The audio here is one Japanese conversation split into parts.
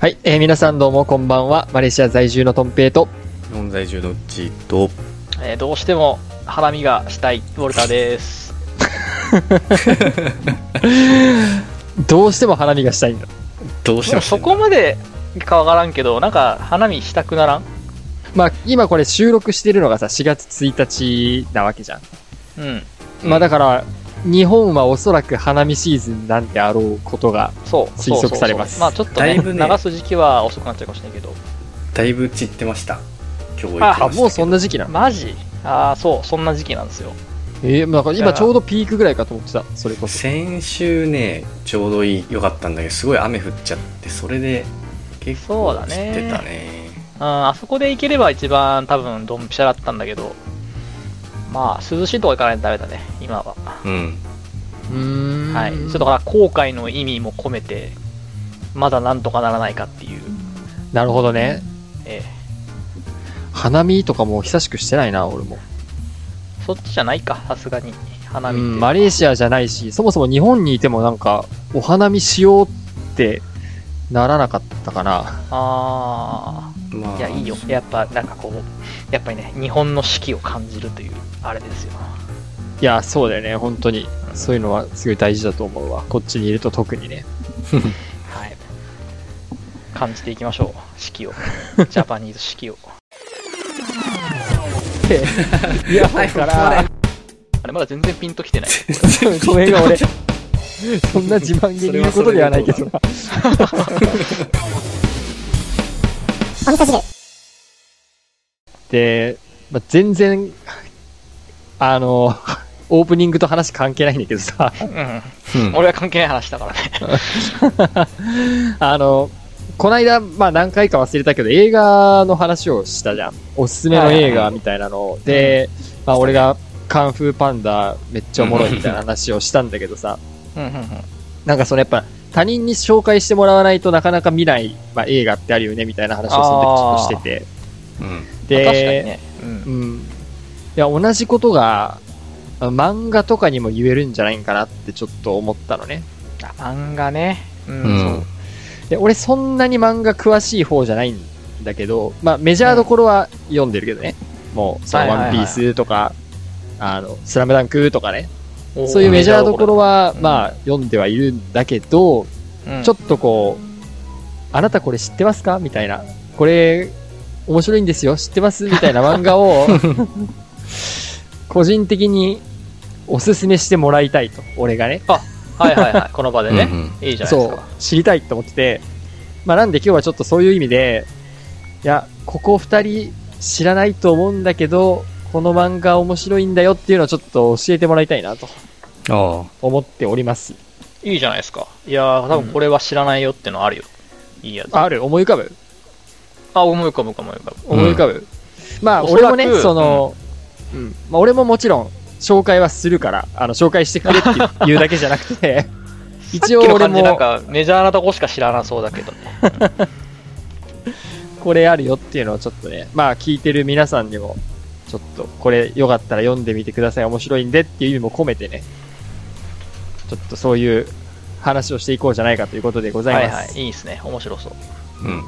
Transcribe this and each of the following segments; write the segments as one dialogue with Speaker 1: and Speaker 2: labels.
Speaker 1: はい、えー皆さんどうもこんばんは。マレーシア在住のトンペイと、
Speaker 2: 日本在住のうちと、
Speaker 3: えーどうしても花見がしたいウォルターです
Speaker 1: どうしても花見がしたいんだ。
Speaker 2: どうして
Speaker 3: で
Speaker 2: ました
Speaker 3: もそこまでかわからんけどなんか花見したくならん
Speaker 1: まあ、今これ収録してるのがさ、4月1日なわけじゃん。
Speaker 3: うん
Speaker 1: まあだから、日本はおそらく花見シーズンなんてあろうことが、
Speaker 3: そう
Speaker 1: 推測されます
Speaker 3: そうそうそうまあちょ
Speaker 2: だい
Speaker 3: っと
Speaker 2: ぶ
Speaker 3: ね
Speaker 2: ね
Speaker 3: 流す時期は遅くなっちゃうかもしれないけど
Speaker 2: だいぶ散ってました。今日行きましたけど。
Speaker 1: あ、もうそんな時期なの
Speaker 3: マジああそうそんな時期なんですよ
Speaker 1: えー、まあだから今ちょうどピークぐらいかと思ってた、それこそ。
Speaker 2: 先週ね、ちょうどいい良かったんだけど、すごい雨降っちゃって、それで結
Speaker 3: そう
Speaker 2: 構
Speaker 3: だ
Speaker 2: 散っ
Speaker 3: ね
Speaker 2: てたね。
Speaker 3: うんあそこで行ければ一番多分ドンピシャだったんだけどまあ涼しいとこ行かないとダメだね今は
Speaker 2: うん。
Speaker 1: うーん
Speaker 3: はいちょっとだから後悔の意味も込めてまだなんとかならないかっていう、
Speaker 1: なるほどね。
Speaker 3: ええ
Speaker 1: 花見とかも久しくしてないな、俺も。
Speaker 3: そっちじゃないか、さすがに。花見
Speaker 1: う
Speaker 3: って。
Speaker 1: ん、マレーシアじゃないし、そもそも日本にいてもなんか、お花見しようってならなかったかな。
Speaker 3: あ
Speaker 2: ま
Speaker 3: あ。
Speaker 2: あ、
Speaker 3: いや、い いよ。やっぱ、なんかこう、やっぱりね、日本の四季を感じるという、あれですよ。
Speaker 1: いや、そうだよね、本当に。そういうのはすごい大事だと思うわ。こっちにいると特にね。
Speaker 3: はい。感じていきましょう。四季を。ジャパニーズ四季を。
Speaker 1: いや、だから、
Speaker 3: あれ、まだ全然ピンと きてない。
Speaker 1: ごめんが俺、そんな自慢げに言うことではないけどな。
Speaker 4: お味噌汁。
Speaker 1: で、まあ、全然、あの、オープニングと話関係ないんだけどさ。
Speaker 3: うん。
Speaker 2: うん
Speaker 3: 俺は関係ない話だからね。
Speaker 1: あの、こないだ、まあ何回か忘れたけど、映画の話をしたじゃん。おすすめの映画みたいなのを。で、まあ俺がカンフーパンダめっちゃおもろいみたいな話をしたんだけどさ、
Speaker 3: うんうんうん。
Speaker 1: なんかそのやっぱ他人に紹介してもらわないとなかなか見ない、まあ、映画ってあるよねみたいな話をその時ちょっとして
Speaker 2: うん。
Speaker 1: て。で、
Speaker 3: 確かにね。うん
Speaker 1: う。ん。いや、同じことが、あ漫画とかにも言えるんじゃないかなってちょっと思ったのね。
Speaker 3: あ漫画ね。うん。
Speaker 2: うん
Speaker 3: そう
Speaker 1: で俺そんなに漫画詳しい方じゃないんだけど、まあ、メジャーどころは読んでるけどね、もう「そ
Speaker 3: は
Speaker 1: の
Speaker 3: いはいはい
Speaker 1: ワンピースとか「あのスラムダンクとかね
Speaker 3: おー
Speaker 1: そういうメジャーどころは、
Speaker 3: うん
Speaker 1: まあ、読んではいるんだけど、
Speaker 3: うん
Speaker 1: ちょっとこう「あなたこれ知ってますか?」みたいな「これ面白いんですよ知ってます?」みたいな漫画 を個人的におすすめしてもらいたいと俺がね
Speaker 3: はいはいはい。この場でね
Speaker 2: う。ん
Speaker 3: いいじゃないです
Speaker 1: そう
Speaker 3: か。、
Speaker 1: 知りたいと思ってて、まあ、なんで今日はちょっとそういう意味で、いや、ここ二人知らないと思うんだけど、この漫画面白いんだよっていうのをちょっと教えてもらいたいなと
Speaker 2: あ
Speaker 1: 思っております。
Speaker 3: いいじゃないですか。いやー、多分これは知らないよってのあるよ。いいやつ。
Speaker 1: ある思い浮かぶ
Speaker 3: あ、思い浮かぶ思い浮かぶ。
Speaker 1: 思い浮かぶ、まあ、
Speaker 3: おそ
Speaker 1: 俺
Speaker 3: らく
Speaker 1: もね、その、うん、まあ、俺ももちろん、紹介はするから、あの、紹介してくれっていう言うだけじゃなくて、一応
Speaker 3: さっき
Speaker 1: 俺
Speaker 3: の感じなん
Speaker 1: も、
Speaker 3: かメジャーなとこしか知らなそうだけどね。
Speaker 1: これあるよっていうのをちょっとね、まあ聞いてる皆さんにも、ちょっとこれよかったら読んでみてください、面白いんでっていう意味も込めてね、ちょっとそういう話をしていこうじゃないかということでござ
Speaker 3: はいい
Speaker 1: ます。
Speaker 3: はい。いいですね。面白そう。
Speaker 2: あ。うん。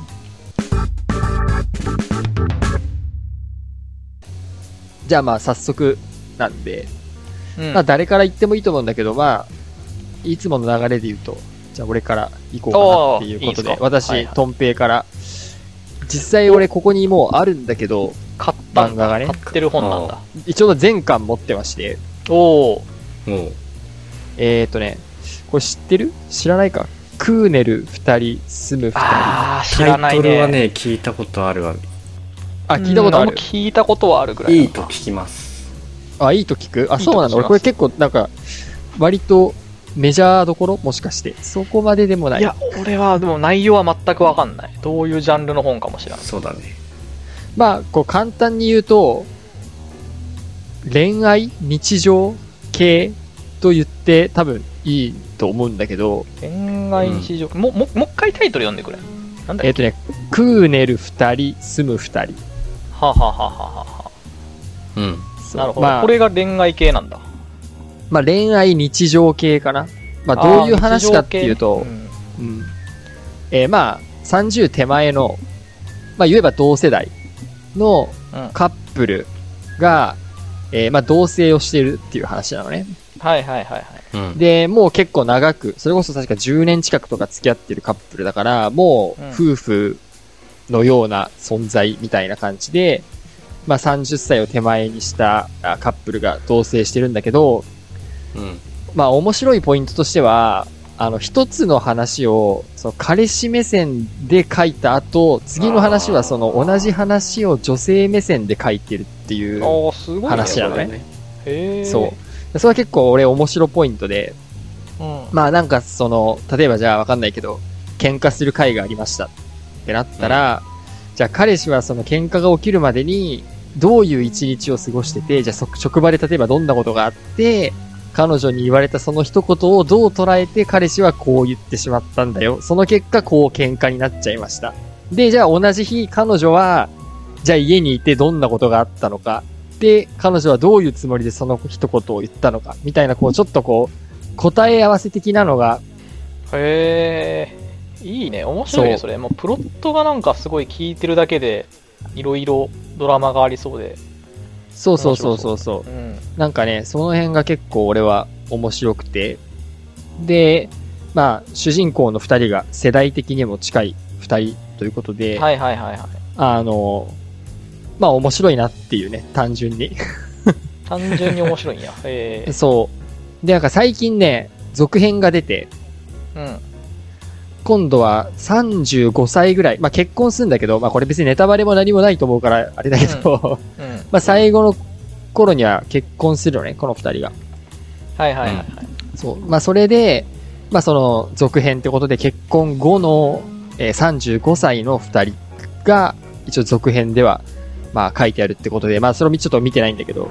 Speaker 1: じゃあまあ早速なんで、
Speaker 3: うん
Speaker 1: まあ誰から言ってもいいと思うんだけど、まあ、いつもの流れで言うと、じゃあ俺から行こうかなっていうことで、
Speaker 3: おーいいですか
Speaker 1: 私、
Speaker 3: はいはい
Speaker 1: トンペイから、実際俺ここにもうあるんだけど、
Speaker 3: 買ったん
Speaker 1: 漫画が
Speaker 3: だ。
Speaker 1: ね
Speaker 3: 買ってる本なんだ。
Speaker 1: 一応全巻持ってまして、
Speaker 3: おお。
Speaker 2: もう、
Speaker 1: えーとね、これ知ってる知らないかクーネル二人、住む二人。あ、
Speaker 3: あー、知ら
Speaker 2: タ
Speaker 3: な
Speaker 2: イト
Speaker 3: い
Speaker 2: ルは
Speaker 3: ね。
Speaker 2: ね、聞いたことあるわ。
Speaker 1: 聞いたことあ
Speaker 3: うん
Speaker 1: る
Speaker 3: 俺も聞いたことはあるぐらい。
Speaker 2: いいと。聞きます。
Speaker 1: あ、いいと聞くあ、
Speaker 3: いいと聞きます
Speaker 1: そうなんだ。俺これ結構なんか、割とメジャーどころもしかして。そこまででもない。
Speaker 3: いや、俺はでも内容は全くわかんない。どういうジャンルの本かもしれない。
Speaker 2: そうだね。
Speaker 1: まあ、こう簡単に言うと、恋愛日常系と言って多分いいと思うんだけど、
Speaker 3: 恋愛日常。も、も、もう一回タイトル読んでくれ。なんだ
Speaker 1: え
Speaker 3: っ
Speaker 1: ーと
Speaker 3: け
Speaker 1: ね、クーネル二人、住む二人。
Speaker 3: はあはあはあはあは
Speaker 2: うん。
Speaker 1: そ
Speaker 3: あ
Speaker 1: う
Speaker 3: なるほ
Speaker 1: ま
Speaker 3: ど。
Speaker 1: あ
Speaker 3: これが恋愛系なんだ。
Speaker 1: まあ恋愛日常系かな。まあどういう話かっていうと、
Speaker 3: あー日常系ね
Speaker 1: うんえーまあ30手前の、まあ、言えば同世代の
Speaker 3: うん
Speaker 1: カップルが、えーまあ、同棲をしているっていう話なのね。
Speaker 3: はいはいはいはい。
Speaker 2: うん。
Speaker 1: で、もう結構長く、それこそ確か10年近くとか付き合ってるカップルだから、も
Speaker 3: うん
Speaker 1: う夫婦のような存在みたいな感じで、まあ30歳を手前にしたあカップルが同棲してるんだけど、
Speaker 2: うん。
Speaker 1: まあ面白いポイントとしては、あの一つの話を、その彼氏目線で書いた後、次の話はその同じ話を女性目線で書いてるっていう。
Speaker 3: おー、すごい、ね。
Speaker 1: 話や
Speaker 2: や
Speaker 1: ろね。
Speaker 3: へー
Speaker 1: そう。それは結構俺面白ポイントで、
Speaker 3: うん。
Speaker 1: まあなんかその、例えばじゃあわかんないけど、喧嘩する回がありましたってなったら、じゃあ彼氏はその喧嘩が起きるまでに、どういう一日を過ごしてて、じゃあそ職場で例えばどんなことがあって、彼女に言われたその一言をどう捉えて彼氏はこう言ってしまったんだよ。その結果こう喧嘩になっちゃいました。で、じゃあ同じ日彼女は、じゃあ家にいてどんなことがあったのか。で、彼女はどういうつもりでその一言を言ったのか。みたいな、こう、ちょっとこう、答え合わせ的なのが、
Speaker 3: へえ。いいね。面白い
Speaker 1: そ
Speaker 3: ね、
Speaker 1: う
Speaker 3: それ。もうプロットがなんかすごい聞いてるだけで、いろいろドラマがありそうで。
Speaker 1: そうそうそうそうそう
Speaker 3: う。ん。
Speaker 1: なんかね、その辺が結構俺は面白くて。で、まあ、主人公の二人が世代的にも近い二人ということで、
Speaker 3: はいはいはいはい。
Speaker 1: あの、まあ面白いなっていうね、単純に。
Speaker 3: 単純に面白い んや。へえ。
Speaker 1: そう。で、なんか最近ね、続編が出て、
Speaker 3: うん。
Speaker 1: 今度は35歳ぐらい、まあ結婚するんだけど、まあこれ別にネタバレも何もないと思うから、あれだけど、
Speaker 3: うん。
Speaker 1: まあ最後の頃には結婚するのね、この二人が。
Speaker 3: はいはいはいはい。
Speaker 1: そう。まあ、それで、まあ、その、続編ってことで、結婚後の、えー35歳の2人が、一応続編では、まあ、書いてあるってことで、まあ、それもちょっと見てないんだけど、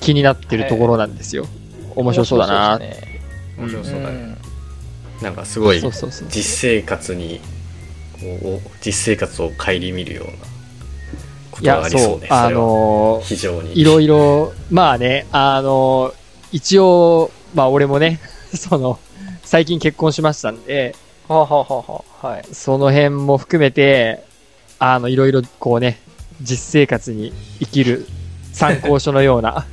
Speaker 1: 気になってるところなんですよ。面白そうだな
Speaker 3: 面白そうですね
Speaker 2: 面白そうだね。
Speaker 3: ん
Speaker 2: なんかすごい
Speaker 1: そう、そうそう。
Speaker 2: 実生活に、こう、実生活を顧みるようなこ
Speaker 1: い
Speaker 2: とが
Speaker 1: や、
Speaker 2: ありそ
Speaker 1: そうう
Speaker 2: ね。、そ
Speaker 1: あ
Speaker 2: れは
Speaker 1: のー
Speaker 2: 非常に。
Speaker 1: いろいろ、まあね、あのー一応、まあ、俺もね、 その、最近結婚しましたんで、
Speaker 3: はあ、はあはあはあ、はい。
Speaker 1: その辺も含めて、あの、いろいろこうね、実生活に生きる参考書のような。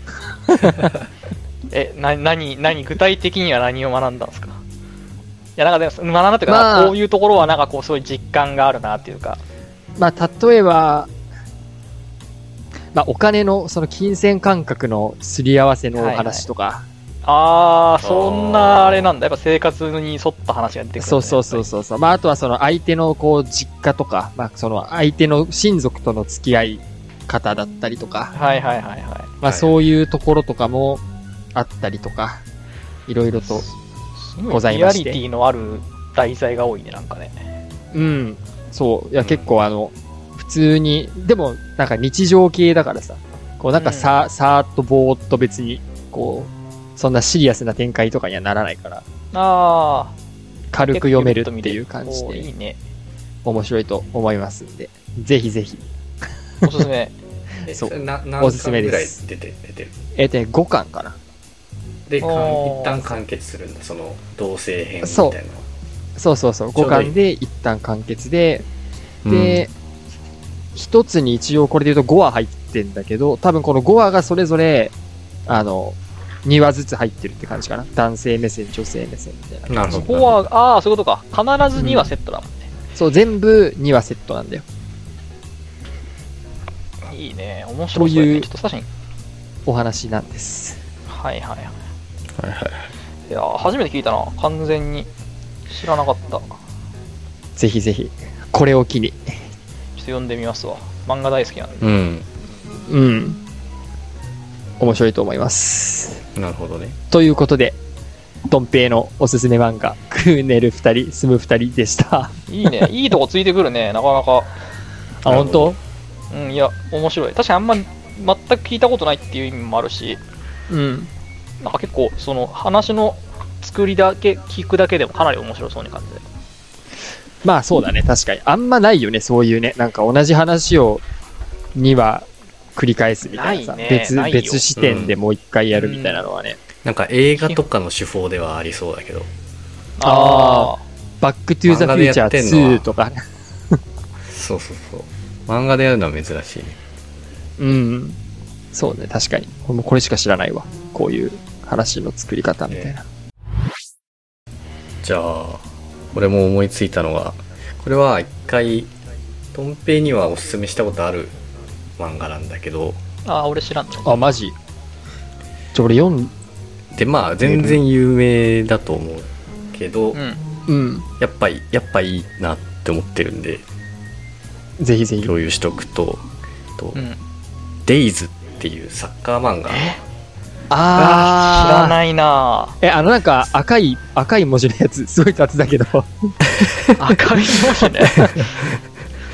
Speaker 3: え、な、何、何、具体的には何を学んだんですかいや、なんかでも、学んだというか、
Speaker 1: まあ
Speaker 3: こういうところはなんかこう、そういう実感があるなっていうか。
Speaker 1: まあ、例えば、まあ、お金の、その金銭感覚のすり合わせのお話とか、
Speaker 3: あー、そんなあれなんだ。やっぱ生活に沿った話が出てくる、
Speaker 1: そうそうそうそうそう。まあ、あとはその相手のこう、実家とか、まあ、その相手の親族との付き合い方だったりとか、
Speaker 3: はいはいはいはい。
Speaker 1: ま
Speaker 2: は
Speaker 1: あ、
Speaker 2: い
Speaker 1: そういうところとかもあったりとか、いろいろと。
Speaker 3: す
Speaker 1: ございまして
Speaker 3: リアリティのある題材が多いね、なんかね。
Speaker 1: うん。そう。いや、
Speaker 2: うん
Speaker 1: 結構あの、普通に、でも、なんか日常系だからさ、こうなんかさ、さーっとぼーっと別に、こう、そんなシリアスな展開とかにはならないから、
Speaker 3: あー。
Speaker 1: 軽く読めるっていう感じ
Speaker 3: おーい
Speaker 1: で、
Speaker 3: いね。
Speaker 1: 面白いと思いますんで、ぜひぜひ。
Speaker 3: おすす め。
Speaker 2: え
Speaker 1: そう
Speaker 2: それな
Speaker 1: お
Speaker 2: 何
Speaker 1: すすめ
Speaker 2: 巻
Speaker 1: で
Speaker 2: ぐらい
Speaker 1: す
Speaker 2: 出て出てる
Speaker 1: えっ、とね、5巻かな。
Speaker 2: でかん
Speaker 3: おー
Speaker 2: 一旦完結するんだその同性編みた
Speaker 1: そう
Speaker 2: いな
Speaker 1: そうそうそう、
Speaker 2: ちょ
Speaker 1: 5
Speaker 2: うどいい
Speaker 1: 巻で一旦完結で、で、一つに一応これで言うと5話入ってんだけど、多分この5話がそれぞれ、あの、2話ずつ入ってるって感じかな。男性目線、女性目線みたいな。
Speaker 2: なる
Speaker 3: そ
Speaker 2: ほ
Speaker 3: こ
Speaker 2: ど
Speaker 3: は、あー、そういうことか。必ずにはセットだもんね。
Speaker 1: そう、全部2話セットなんだよ。
Speaker 3: いいね。面白そうやね、
Speaker 1: という
Speaker 3: ちょっと確かに。
Speaker 1: お話なんです。
Speaker 3: はいはいはい。
Speaker 2: はいはい
Speaker 3: いやー初めて聞いたな完全に知らなかったちょっ
Speaker 1: ぜひぜひ、これを機に。
Speaker 3: と読んでみますわ漫画大好きなんで
Speaker 2: うん
Speaker 1: うん。面白いと思います。
Speaker 2: なるほどね
Speaker 1: ということで、ドンペイのおすすめ漫画、クーネル2人、住む2人でした。
Speaker 3: いい ねいいとこついてくるねなかなか
Speaker 1: あ、本当
Speaker 3: うんいや面白い確かにあんま全く聞いたことないっていう意味もあるし
Speaker 1: うん。
Speaker 3: なんか結構その話の作りだけ聞くだけでもかなり面白そうに感じで
Speaker 1: まあそうだね、確かに。あんまないよね、そういうね。なんか同じ話を2話繰り返すみたいなさ。
Speaker 3: ないね
Speaker 1: 別、
Speaker 3: ないよ
Speaker 1: 別視点でもう一回やるみたいなのはね、
Speaker 2: なんか映画とかの手法ではありそうだけど
Speaker 1: あ
Speaker 3: あ
Speaker 1: バックトゥーザフューチャー2とか、
Speaker 2: そうそうそう漫画でやるのは珍しいね
Speaker 1: うん。そうね、確かに。俺もこれしか知らないわ。こういう話の作り方みたいな。
Speaker 2: じゃあ俺も思いついたのはこれは一回とん平にはおすすめしたことある漫画なんだけど
Speaker 3: ああ、俺知らんの。
Speaker 1: あ、マジちょ、俺読ん、
Speaker 2: でまあ全然有名だと思うけど、
Speaker 3: うん。
Speaker 1: うん。
Speaker 2: やっぱりやっぱいいなって思ってるんで
Speaker 1: ぜひぜひ。
Speaker 2: 共有しとくと「と
Speaker 3: うん。
Speaker 2: デイズっていうサッカー漫画
Speaker 3: ああ、知ら
Speaker 1: い。
Speaker 3: ないなぁ
Speaker 1: え、あのなんか赤い、赤い文字のやつ、すごい雑だけど。
Speaker 3: 赤い文字ね。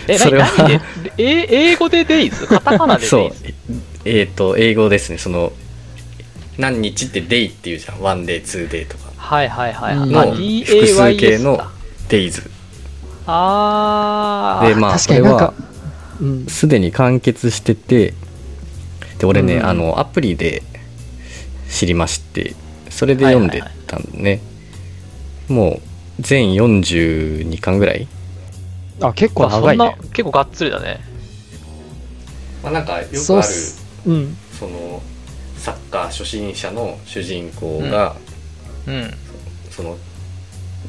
Speaker 3: え、
Speaker 2: そ
Speaker 3: な
Speaker 2: れは
Speaker 3: 何でえ英語でデイズカタカナでデ
Speaker 2: そ
Speaker 3: イ
Speaker 2: う
Speaker 3: ズ
Speaker 2: えっ、と英語ですねその何日って「デイっていうじゃん「ワンデイツーデイとか
Speaker 3: はいはいはいはい。
Speaker 1: うん
Speaker 3: あ、
Speaker 2: の
Speaker 3: DAYS
Speaker 2: 複数形の
Speaker 3: だ
Speaker 2: 「デイズ
Speaker 3: あー。
Speaker 2: でまあ
Speaker 1: 確
Speaker 2: こ
Speaker 1: か
Speaker 2: れ
Speaker 1: になん
Speaker 2: は
Speaker 1: か、うん。
Speaker 2: すでに完結しててで俺ね、
Speaker 1: うん
Speaker 2: あのアプリで知りましてそれで読んでたんね、もう全42巻ぐらい、
Speaker 1: あ、結構
Speaker 3: あ
Speaker 1: 長いね
Speaker 3: そん。な結構がっつりだね。
Speaker 2: まあ、なんかよく
Speaker 1: そう
Speaker 2: あ
Speaker 1: っ
Speaker 2: る
Speaker 1: すうん。
Speaker 2: そのサッカー初心者の主人公が、
Speaker 3: うん。
Speaker 2: その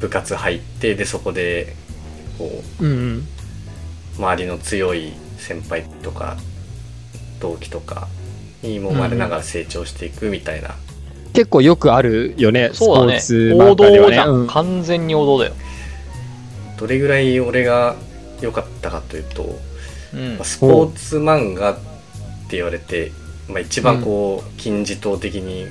Speaker 2: 部活入ってでそこでこう
Speaker 1: うんうん。
Speaker 2: 周りの強い先輩とか同期とかにもまれながら成長していくみたいな、
Speaker 1: 結構よくあるよね、スポ
Speaker 3: そ
Speaker 1: ー
Speaker 3: うだね
Speaker 1: ツ。
Speaker 3: 王
Speaker 1: 漫画では
Speaker 3: 道
Speaker 1: ね
Speaker 3: じゃん、
Speaker 1: うん
Speaker 3: 完全に王道だよ。
Speaker 2: どれぐらい俺が良かったかというと、
Speaker 3: うん
Speaker 2: ま あ。スポーツ漫画って言われて、まあ、一番こう金字塔的に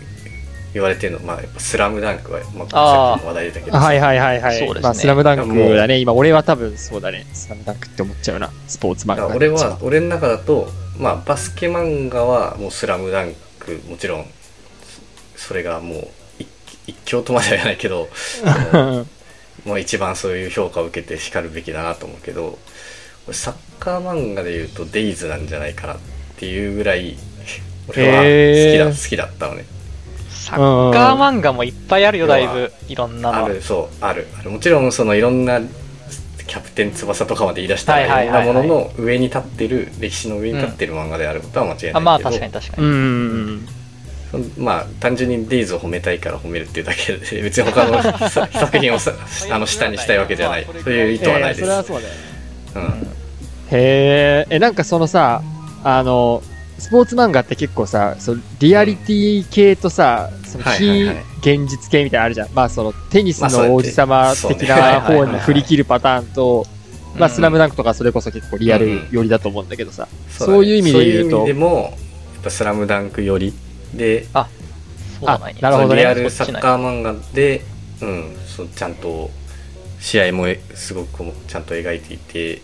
Speaker 2: 言われてるのは、まあ、やっぱスラムダンクは、まあ、さ
Speaker 3: あー
Speaker 2: っきも話題だけど
Speaker 1: はいはいはいはい。
Speaker 3: そうですね
Speaker 1: まあ、スラムダンクだね。今、俺は多分そうだね。スラムダンクって思っちゃうな。スポーツ漫
Speaker 2: だか
Speaker 1: 画。
Speaker 2: ら俺は、俺の中だと、まあ、バスケ漫画はもう「スラムダンクもちろんそそれがもう一一強とまでは言わないけど
Speaker 1: うん
Speaker 2: もう一番そういう評価を受けてしかるべきだなと思うけど俺サッカー漫画で言うと「デイズなんじゃないかなっていうぐらい俺は好きだ、
Speaker 1: へー
Speaker 2: 好きだったのね
Speaker 3: サッカー漫画もいっぱいあるよ、だいぶ。いろんなの。
Speaker 2: あるそうあるあるもちろんそのいろんなキャプテン翼とかまで言い出したらい
Speaker 3: はい
Speaker 2: ろん
Speaker 3: はい
Speaker 2: なも
Speaker 3: はいはい
Speaker 2: のの上に立ってる歴史の上に立ってる漫画であることは間違いないけど、
Speaker 3: あまあ確かに確か
Speaker 1: う
Speaker 3: に。
Speaker 1: ん。
Speaker 2: そのまあ単純にデイズを褒めたいから褒めるっていうだけで別に他のさ作品をさあの下にしたいわけじゃないそういう意図はないで
Speaker 1: え
Speaker 2: す、
Speaker 1: ーそれはそうだよね。
Speaker 2: うん、
Speaker 1: へーえ、なんかそのさ、あの、スポーツ漫画って結構さ、そのリアリティ系とさ、その
Speaker 2: はい
Speaker 1: 非
Speaker 2: はいはい
Speaker 1: 現実系みたいなのあるじゃん。まあそのテニス
Speaker 2: まあそうやって
Speaker 1: の王子様的な
Speaker 2: そう
Speaker 1: 方
Speaker 2: ね
Speaker 1: に振り切るパターンと、まあスラムダンクとかそれこそ結構リアル寄りだと思うんだけどさ。そういう意味で言うと
Speaker 2: そういう意味でもやっぱ「スラムダンクよりで
Speaker 3: そうだね。
Speaker 1: あなるほどね
Speaker 2: そのリアルサッカー漫画で、うん、そうちゃんと試合もすごくちゃんと描いていて、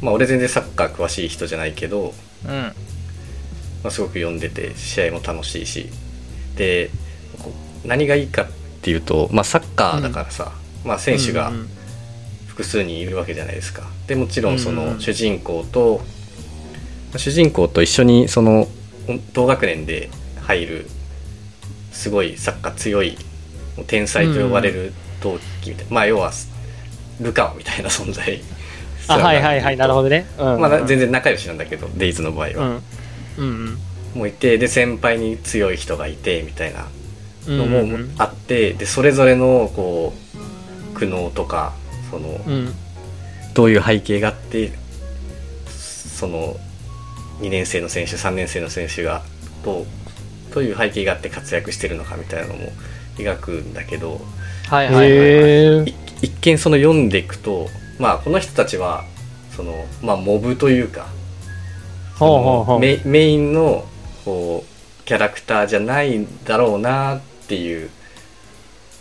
Speaker 2: まあ、俺全然サッカー詳しい人じゃないけど、
Speaker 3: うん。
Speaker 2: まあ、すごく読んでて試合も楽しいしでこう何がいいかっていうと、まあ、サッカーだからさ、まあ、選手が
Speaker 1: うんうん
Speaker 2: 複数人いるわけじゃないですか。でもちろんそ
Speaker 1: うんうん
Speaker 2: の主人公と、主人公と一緒にその同学年で入るすごいサッカー強い天才と呼ばれる同期みたいな、まあ要はルカオみたいな存在
Speaker 1: あ、はいはいはい、なるほどね。うん
Speaker 2: まあ、全然仲良しなんだけど、デイズの場合
Speaker 1: う
Speaker 2: は、
Speaker 1: ん。うん
Speaker 2: もういてで先輩に強い人がいてみたいな
Speaker 1: うん。
Speaker 2: のもあって、でそれぞれのこう苦悩とかその、
Speaker 1: うん。
Speaker 2: どういう背景があってその2年生の選手3年生の選手がどうどういう背景があって活躍してるのかみたいなのも描くんだけど
Speaker 3: はいはいはい。
Speaker 1: へー
Speaker 2: い一見その読んでいくとまあこの人たちはそのまあモブというか
Speaker 1: ほうほうほう。
Speaker 2: メメインのこうキャラクターじゃないんだろうなっていう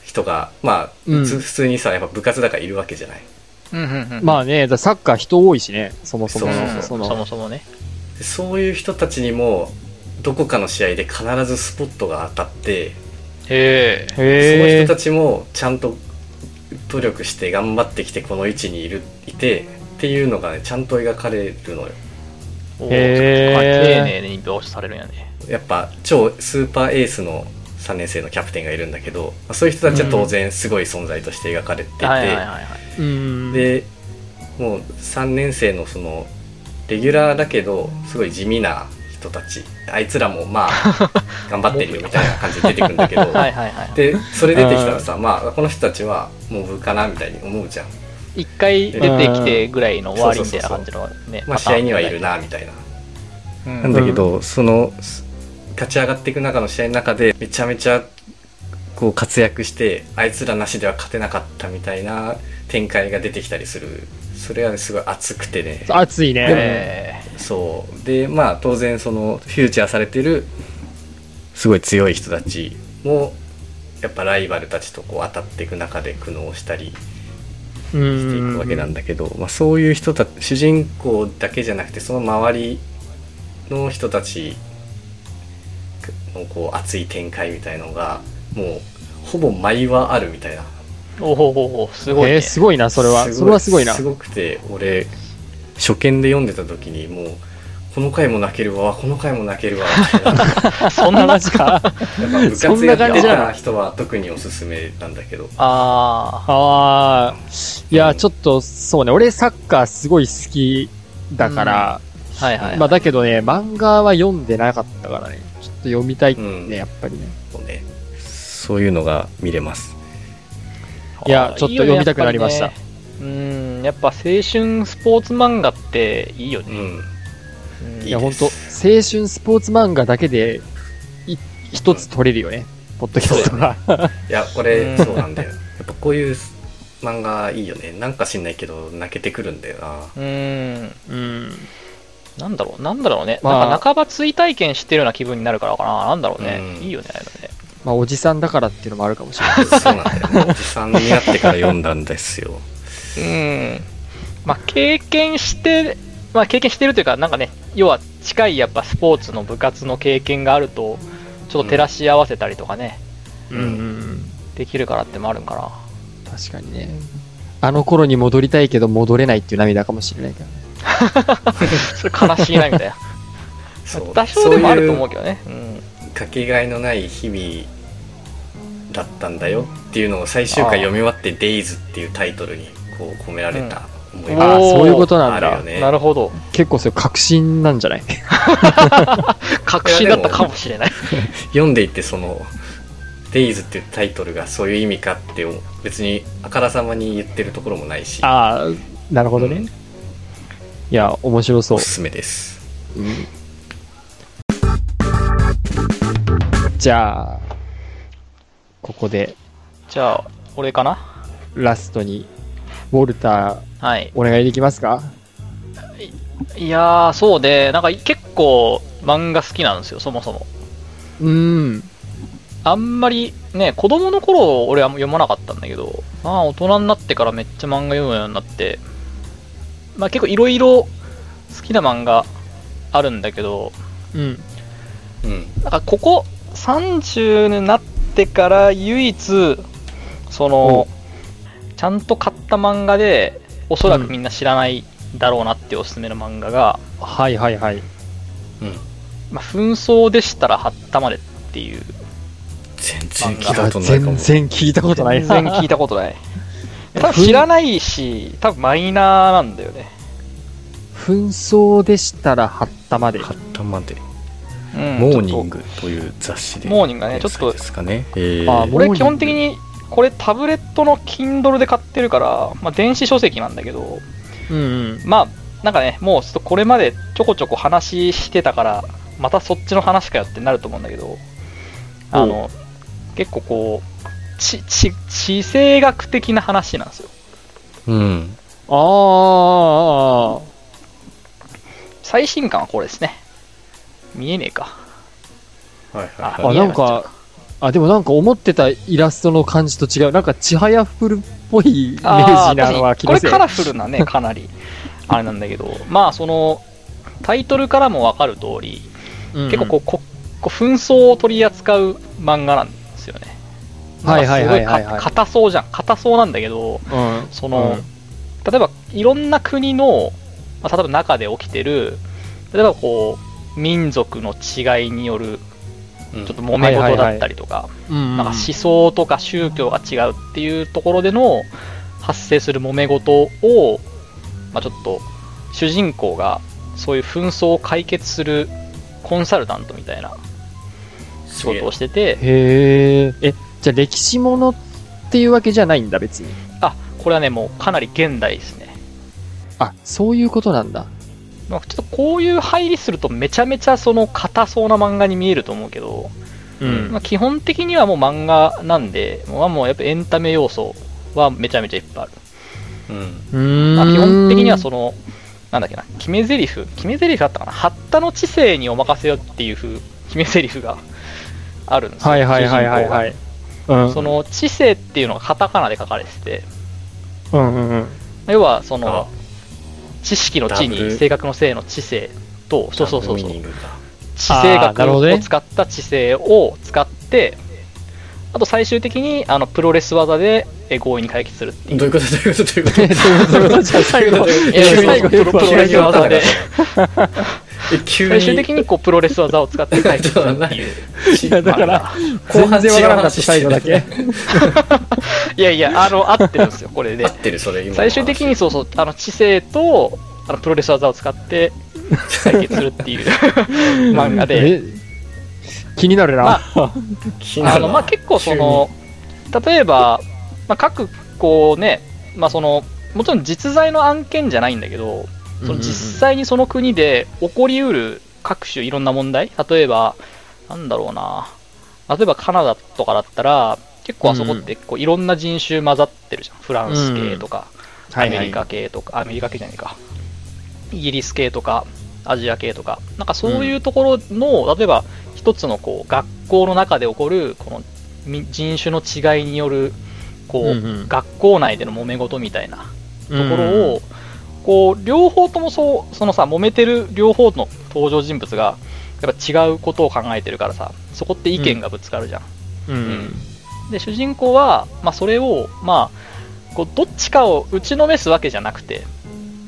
Speaker 2: 人がまあ、
Speaker 1: うん
Speaker 2: 普通普通にさやっぱ部活だからいるわけじゃない。
Speaker 3: うんうんうん。
Speaker 1: まあね、だサッカー人多いしね、そもそも。
Speaker 2: そう
Speaker 3: う
Speaker 1: そ
Speaker 3: んそ
Speaker 1: の
Speaker 3: もそもね。
Speaker 2: でそういう人たちにもどこかの試合で必ずスポットが当たって、
Speaker 3: へえ。
Speaker 1: へ
Speaker 2: その人
Speaker 1: ー
Speaker 2: たちもちゃんと努力して頑張ってきてこの位置にいるいてっていうのがねちゃんと描かれるのよ
Speaker 3: おー
Speaker 1: へー
Speaker 3: まあ丁寧に描写されるんやね。
Speaker 2: やっぱ超スーパーエースの3年生のキャプテンがいるんだけど、まあそういう人たちは当然すごい存在として描かれていて、
Speaker 3: はいはいはいはい。
Speaker 1: うん。、
Speaker 2: でもう3年生のそのレギュラーだけどすごい地味な人たちあいつらもま あ頑張ってるよみたいな感じで出てくるんだけど
Speaker 3: はいはいはい。
Speaker 2: でそれ出てきたらさまあこの人たちはもう部かなみたいに思うじゃん、
Speaker 3: 一回出てきてぐらいの終わりみたいな感じのね。
Speaker 2: まあ、
Speaker 3: パタ
Speaker 2: 試
Speaker 3: ーン
Speaker 2: 合にはいる。なみたいな
Speaker 3: う
Speaker 2: なん
Speaker 3: ん。
Speaker 2: だけど、そのす勝ち上がっていく中の試合の中でめちゃめちゃこう活躍してあいつらなしでは勝てなかったみたいな展開が出てきたりするそれはねすごい熱くてね
Speaker 1: 熱いね。
Speaker 3: え
Speaker 2: そうでまあ当然そのフューチャーされてるすごい強い人たちもやっぱライバルたちとこう当たっていく中で苦悩したり
Speaker 1: う
Speaker 2: していくわけなん
Speaker 1: だ。
Speaker 2: だけど、まあ、そういう人たち主人公だけじゃなくてその周りの人たちのこう熱い展開みたいのがもうほぼ毎話あるみたいな
Speaker 3: ーおほほほ、す
Speaker 1: え
Speaker 3: ごい、ね
Speaker 1: ー、すごいな、それは。それはすごいな。
Speaker 2: すごくて俺初見で読んでた時にもうこの回も泣けるわこの回も泣け るわみたいなやっ
Speaker 3: そんな
Speaker 1: マ
Speaker 3: あ
Speaker 1: ジか。
Speaker 2: ぱ部
Speaker 1: そん
Speaker 2: 活や
Speaker 1: な
Speaker 2: っ
Speaker 1: 感
Speaker 2: て
Speaker 1: じじゃない
Speaker 2: た人は特におすすめなんだけど
Speaker 3: あ
Speaker 1: ああ、いや、ちょっと、そうね、俺サッカーすごい好きだから、
Speaker 3: ー、はいはい、はい
Speaker 1: まあだけどね、漫画は読んでなかったからね、ちょっと読みたいね、
Speaker 2: うん
Speaker 1: やっぱりね。
Speaker 2: もうねそういうのが見れます
Speaker 1: いやちょっと読みたくなりました
Speaker 3: いいよねやっぱりねうん、やっぱ青春スポーツ漫画っていいよ
Speaker 2: う
Speaker 3: ね。
Speaker 2: ん
Speaker 3: うん
Speaker 1: い
Speaker 2: い
Speaker 1: や、
Speaker 2: で
Speaker 1: ほん
Speaker 2: す
Speaker 1: と、青春スポーツ漫画だけで、い一つ取れるよね、ポッドキャストが。
Speaker 2: いやこれ
Speaker 3: うん
Speaker 2: そうなんだよやっぱこういう漫画いいよねなんか知んないけど泣けてくるんだよ な
Speaker 3: うん、
Speaker 1: うん。
Speaker 3: なんだろう、なんだろうね。
Speaker 1: まあ
Speaker 3: なんか半ば追体験してるような気分になるからかな。なんだろうね。
Speaker 2: うん
Speaker 3: いいよね、あれね。
Speaker 1: まあ、おじさんだからっていうのもあるかもしれない。
Speaker 2: そうなんだよ ねおじさんになってから読んだんですよ
Speaker 3: うん。まあ、経験して、まあ、経験してるというか、なんかね、要は近いやっぱスポーツの部活の経験があると、ちょっと照らし合わせたりとかね、
Speaker 1: うんうん。
Speaker 3: できるからってもあるん かな。
Speaker 1: 確かにね。あの頃に戻りたいけど戻れないっていう涙かもしれないからね。
Speaker 3: それ悲しいな、みたいな。
Speaker 2: そう
Speaker 3: 多少でもあると思うけどね。うん。
Speaker 2: そういうかけがえのない日々だったんだよっていうのを最終回読み終わって「Days」っていうタイトルにこう込められた思い
Speaker 1: ああ、
Speaker 2: が
Speaker 3: おー
Speaker 1: そういうことなん
Speaker 2: ある
Speaker 1: だ
Speaker 2: よ。ね
Speaker 3: なるほど。
Speaker 1: 結構それ確信なんじゃない
Speaker 3: 確信だったかもしれない。
Speaker 2: 読んでいてその「Days」っていうタイトルがそういう意味かって別にあからさまに言ってるところもないし
Speaker 1: ああ、なるほどね。いや、面白そう
Speaker 2: お。すすめです
Speaker 1: じゃあ、ここで
Speaker 3: じゃあ、俺かな
Speaker 1: ラストに、ウォルター、
Speaker 3: はい。
Speaker 1: お願いできますか
Speaker 3: いやー、そうで、なんか結構漫画好きなんですよ、そもそも。
Speaker 1: うん。
Speaker 3: あんまりね、子供の頃俺は読まなかったんだけど、まあ大人になってからめっちゃ漫画読むようになって、まあ結構いろいろ好きな漫画あるんだけど、
Speaker 1: うん。
Speaker 2: うん
Speaker 3: なんかここ30になってから唯一、その、ちゃんと買った漫画で、おそらくみんな知らないだろうなっていうおすすめの漫画が、
Speaker 1: はいはいはい。
Speaker 2: うん
Speaker 3: まあ紛争でしたら発ったまでっていう、
Speaker 2: 全然聞いたことないかも
Speaker 1: 全然聞いたことない
Speaker 3: 全然聞いたこ とない。多分知らないし、多分マイナーなんだよね。
Speaker 1: 紛争でしたら、はったまで。
Speaker 2: 買ったまで
Speaker 3: うん
Speaker 2: モーニン
Speaker 3: ちょ
Speaker 2: グという雑誌で。
Speaker 3: モーニングがねちょっと
Speaker 2: ですかね。えー
Speaker 1: あ
Speaker 3: っと
Speaker 1: モーニン
Speaker 3: 俺
Speaker 1: グ
Speaker 3: 基本的に、これタブレットの Kindle で買ってるから、まあ電子書籍なんだけど、
Speaker 1: うんうん。
Speaker 3: まあ、なんかね、もうちょっとこれまでちょこちょこ話してたから、またそっちの話かよってなると思うんだけど、あの、結構こう、ち、ち、地政学的な話なんですよ。
Speaker 2: うん。
Speaker 1: ああ、
Speaker 3: 最新刊はこれですね。見えねえか。
Speaker 2: はい
Speaker 3: あ
Speaker 1: あ、
Speaker 2: は
Speaker 3: 見
Speaker 2: い
Speaker 3: え
Speaker 1: な
Speaker 3: なんくなっちゃう
Speaker 1: か、あ、でもなんか思ってたイラストの感じと違う。なんか、ちはやふるっぽい イメー
Speaker 3: あ
Speaker 1: ジなの
Speaker 3: ー
Speaker 1: は
Speaker 3: 確
Speaker 1: 気
Speaker 3: か
Speaker 1: の
Speaker 3: にこ
Speaker 1: せ
Speaker 3: れ
Speaker 1: い
Speaker 3: カ。ラフルな ね、かなり、あれなんだけど、まあ、その、タイトルからもわかる通り、結構こう、ここう紛争を取り扱う漫画なんですよね。
Speaker 1: はいはいはいはいはい
Speaker 3: なんかすごいか硬そうじゃん。硬そうなんだけど、
Speaker 1: うん、うん、
Speaker 3: その、例えばいろんな国の、まあ、例えば中で起きてる例えばこう民族の違いによる
Speaker 2: うん
Speaker 3: ちょっと揉め事だったりとか、
Speaker 1: うん
Speaker 3: なんか思想とか宗教が違うっていうところでの発生する揉め事を、まあ、ちょっと主人公がそういう紛争を解決するコンサルタントみたいな仕
Speaker 2: すげえ
Speaker 3: 事をしてて、
Speaker 1: へえ。え、じゃあ歴史ものっていうわけじゃないんだ、別に。
Speaker 3: あこれはね、もうかなり現代ですね。
Speaker 1: あ、そういうことなんだ。
Speaker 3: まあちょっとこういう入りするとめちゃめちゃその硬そうな漫画に見えると思うけど、
Speaker 1: う
Speaker 3: まあ、基本的にはもう漫画なんで、まあ、もうやっぱエンタメ要素はめちゃめちゃいっぱいある。
Speaker 2: うん
Speaker 1: うん
Speaker 3: まあ、基本的にはその、なんだっけな、決め台詞、決め台詞だったかな、八田の知性にお任せよっていうふう決め台詞が あるんですよ。。
Speaker 1: はいはいはいはいはいい。うん。
Speaker 3: その知性っていうのがカタカナで書かれてて、
Speaker 1: うんうんうん。
Speaker 3: 要はそ
Speaker 2: あ
Speaker 3: の知識の知
Speaker 2: ダブ
Speaker 3: に
Speaker 2: ル
Speaker 3: 性格の性の知性と、そうそうそう
Speaker 2: ダブル
Speaker 3: そ
Speaker 2: ミー
Speaker 3: う
Speaker 2: ニン、グか
Speaker 3: 知性
Speaker 1: あーな
Speaker 3: 学
Speaker 1: るほど
Speaker 3: を
Speaker 1: ね
Speaker 3: 使った知性を使って、あと最終的にあのプロレス技でえ強引に解決するっていう。
Speaker 2: どういうことどういうことどういうこ
Speaker 1: え、そういうことじゃあ最後、
Speaker 3: いや
Speaker 1: 最後
Speaker 3: そう
Speaker 1: よく
Speaker 3: プ
Speaker 1: わ
Speaker 3: ロ
Speaker 1: かん
Speaker 3: プ
Speaker 1: な
Speaker 3: ロ
Speaker 1: い
Speaker 3: レス技で。
Speaker 2: とえ急に
Speaker 3: 最終的にこうプロレス技を使っ て解決するっていう。
Speaker 1: いやだから、後半でわからなかった、最後だけ。
Speaker 3: いやいや、あの、合ってるんですよ、これで
Speaker 2: 合。ってるそれ今の話
Speaker 3: 最終的にそうそう、あの、知性と、あの、プロレス技を使って解決するっていう 漫画で。
Speaker 1: え気になるな。
Speaker 2: 気にな
Speaker 3: あ
Speaker 2: るな
Speaker 3: の、まあ、結構その、例えば、まあ、各、こうね、まあ、その、もちろん実在の案件じゃないんだけど、その実際にその国で起こりうる各種いろんな問題、例えば、なんだろうな、例えばカナダとかだったら、結構あそこってこういろんな人種混ざってるじゃん、フランス系とか、
Speaker 1: は
Speaker 3: ア
Speaker 1: い
Speaker 3: メ
Speaker 1: は
Speaker 3: リ
Speaker 1: い。
Speaker 3: カ系とか、アメリカ系じゃないか、イギリス系とか、アジア系とか、なんかそういうところの、例えば一つのこう学校の中で起こるこのみ人種の違いによるこう、
Speaker 1: うんうん
Speaker 3: 学校内での揉め事みたいな
Speaker 1: と
Speaker 3: ところを、、こう両方ともそうそのさ揉めてる両方の登場人物がやっぱ違うことを考えてるからさそこって意見がぶつかるじゃん、
Speaker 1: うん。
Speaker 3: で主人公は、まあ、それを、まあ、こうどっちかを打ちのめすわけじゃなくて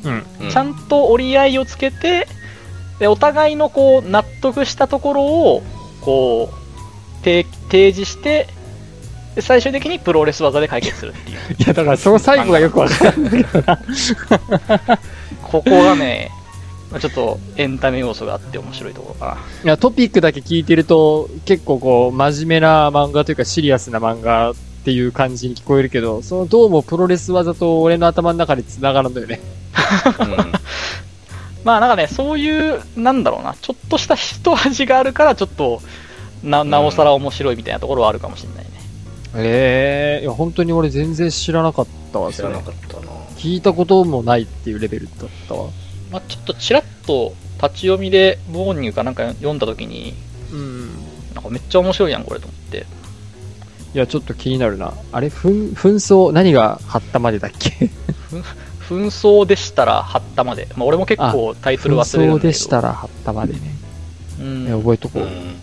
Speaker 1: うん。
Speaker 2: う
Speaker 3: ちゃんと折り合いをつけてでお互いのこう納得したところをこう提提示してで最終的にプロレス技で解決するっていう
Speaker 1: いや、だから、その最後がよくわかんない。
Speaker 3: ここがね、 まあちょっとエンタメ要素があって面白いところか
Speaker 1: いや、トピックだけ聞いてると、結構こう、真面目な漫画というか、シリアスな漫画っていう感じに聞こえるけど、その、どうもプロレス技と俺の頭の中で繋がるんだよね。
Speaker 2: うん
Speaker 3: な。まあなんかね、そういう、なんだろうな、ちょっとした一味があるから、ちょっとな、なおさら面白いみたいなところはあるかもしれないね。
Speaker 1: ええいや、本当に俺全然知らなかったわ、
Speaker 2: 知
Speaker 1: そ
Speaker 2: ら
Speaker 1: れ
Speaker 2: な。かったな
Speaker 1: 聞いたこともないっていうレベルだったわ。
Speaker 3: まあちょっとちらっと立ち読みで、モーニングかなんか読んだ時に、
Speaker 1: うん。
Speaker 3: なんかめっちゃ面白いやん、これと思って。
Speaker 1: いや、ちょっと気になるな。あれ、ふん、紛争、何が張ったまでだっ け
Speaker 3: 紛争でしたら、貼ったまで。まあ俺も結構タイトル
Speaker 1: 紛
Speaker 3: 忘れるん
Speaker 1: 争
Speaker 3: だけど。
Speaker 1: でしたら張ったまでね。
Speaker 3: う
Speaker 1: い
Speaker 3: ん
Speaker 1: や覚えとこ
Speaker 2: う
Speaker 1: う。
Speaker 2: ん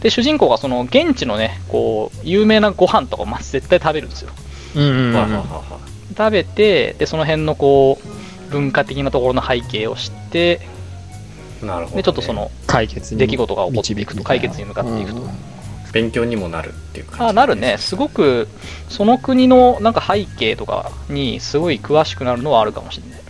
Speaker 3: で、主人公がその、現地のね、こう、有名なご飯とかをまあ絶対食べるんですよ。
Speaker 1: うんうん
Speaker 2: はははは
Speaker 3: 食べてでその辺のこう文化的なところの背景を知って
Speaker 2: なるほどね、
Speaker 3: でちょっとその
Speaker 1: 解決に。
Speaker 3: 出来事が起こっていく
Speaker 1: 導
Speaker 3: と
Speaker 1: みたな
Speaker 3: 解決に向かっていくと
Speaker 1: うん
Speaker 2: 勉強にもなるっていう感じ
Speaker 3: ああなるねすごくその国のなんか背景とかにすごい詳しくなるのはあるかもしれない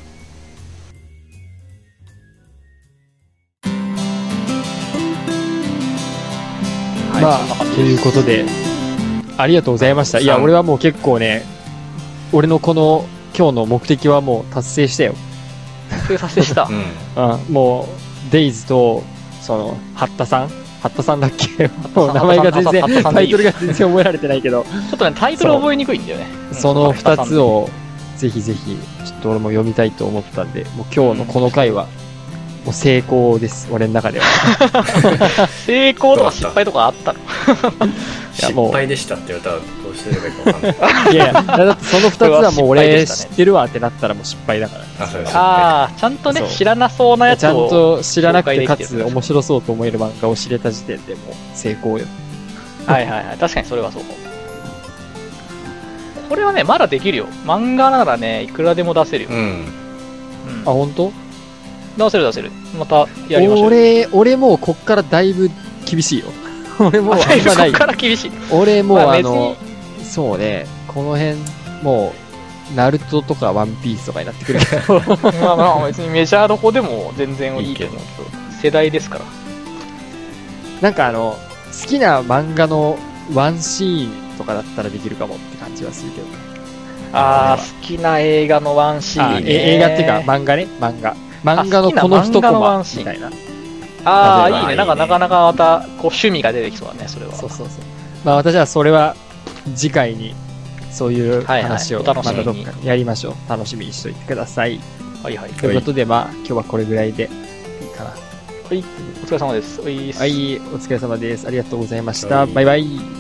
Speaker 3: はい
Speaker 1: ま
Speaker 3: そんな
Speaker 1: あ
Speaker 3: 感じ、
Speaker 1: ということで、ありがとうございました。いや、
Speaker 2: さん
Speaker 1: 俺はもう結構ね、俺のこの、今日の目的はもう達成したよ。
Speaker 3: 達成させした
Speaker 2: うん
Speaker 1: うん、もう、デイズと、その、ハッタさんハッタさんだっ けもう名前が全
Speaker 3: ハッタ
Speaker 1: 然、
Speaker 3: さん
Speaker 1: タイトルが全然覚えられてないけど、
Speaker 3: ちょっとねタイトル覚えにくいんだよねうん
Speaker 1: その
Speaker 3: ハッタ
Speaker 1: 2
Speaker 3: さん
Speaker 1: つを、ぜひぜひ、ちょっと俺も読みたいと思ったんで、もう今日のこの回は、もう成功です、俺の中では。
Speaker 3: 成功とか失敗とかあったの
Speaker 1: や
Speaker 2: 失
Speaker 1: もう
Speaker 2: 敗でしたって言われたらどうすればいいかわかん ない
Speaker 1: いやいや、だってその2つはもう
Speaker 3: これは失敗で
Speaker 1: 俺
Speaker 3: し
Speaker 1: 知
Speaker 3: たね
Speaker 1: ってるわってなったらもう失敗だから。
Speaker 2: あそうです
Speaker 3: ああちゃんと
Speaker 1: そ
Speaker 3: ね
Speaker 1: う
Speaker 3: 知らなそうなや
Speaker 1: ち
Speaker 3: つ
Speaker 1: ゃん
Speaker 3: を
Speaker 1: と知らなくて、か
Speaker 3: 紹介できて
Speaker 1: つ
Speaker 3: る
Speaker 1: 面白そうと思える漫画を知れた時点でもう成功よ。
Speaker 3: はいはいはい、確かにそれはそう。これはね、まだできるよ。漫画ならね、いくらでも出せるよ。
Speaker 2: うん
Speaker 3: うん
Speaker 1: あ、本当？
Speaker 3: 出せる出せる。またやりましょう。
Speaker 1: 俺、俺もうこっからだいぶ厳しいよ。 俺もう
Speaker 3: 与
Speaker 1: あ
Speaker 3: え
Speaker 1: ん
Speaker 3: る
Speaker 1: まな
Speaker 3: こ
Speaker 1: い
Speaker 3: こ。から厳しい。
Speaker 1: 俺もう
Speaker 3: まあ
Speaker 1: あ
Speaker 3: 別に
Speaker 1: の、そうね、この辺、もう、ナルトとかワンピースとかになって くるけど、
Speaker 3: まあまあ別にメジャーの方でも全然いいと思うけど、世代ですから。
Speaker 1: なんかあの、好きな漫画のワンシーンとかだったらできるかもって感じはするけど。
Speaker 3: ああ、
Speaker 1: こ
Speaker 3: 好きな映画のワンシ
Speaker 1: あ
Speaker 3: ー
Speaker 1: え
Speaker 3: ン、ね。
Speaker 1: 映画っていうか、漫画ね、漫画。漫画のこの一
Speaker 3: 好きな漫画の
Speaker 1: コ
Speaker 3: ワ
Speaker 1: マ
Speaker 3: ンシーン
Speaker 1: みたいな。
Speaker 3: ああ、いい
Speaker 2: あいいね
Speaker 3: ね。なんかなかなかまた、こう、趣味が出てきそうだね、それは。
Speaker 1: そうそうそう。まあ私はそれは次回にそういう
Speaker 3: はいはい
Speaker 1: 話を
Speaker 3: お
Speaker 1: ま
Speaker 3: 楽したみに
Speaker 1: どっかでやりましょう。楽しみにしといてください。
Speaker 3: はいはい。
Speaker 1: ということでまあ今日はこれぐらいでいいかな。
Speaker 3: はい、お疲れ様です。はいっす
Speaker 1: はい、お疲れ様です。ありがとうございました。
Speaker 2: はい
Speaker 1: バイバイ。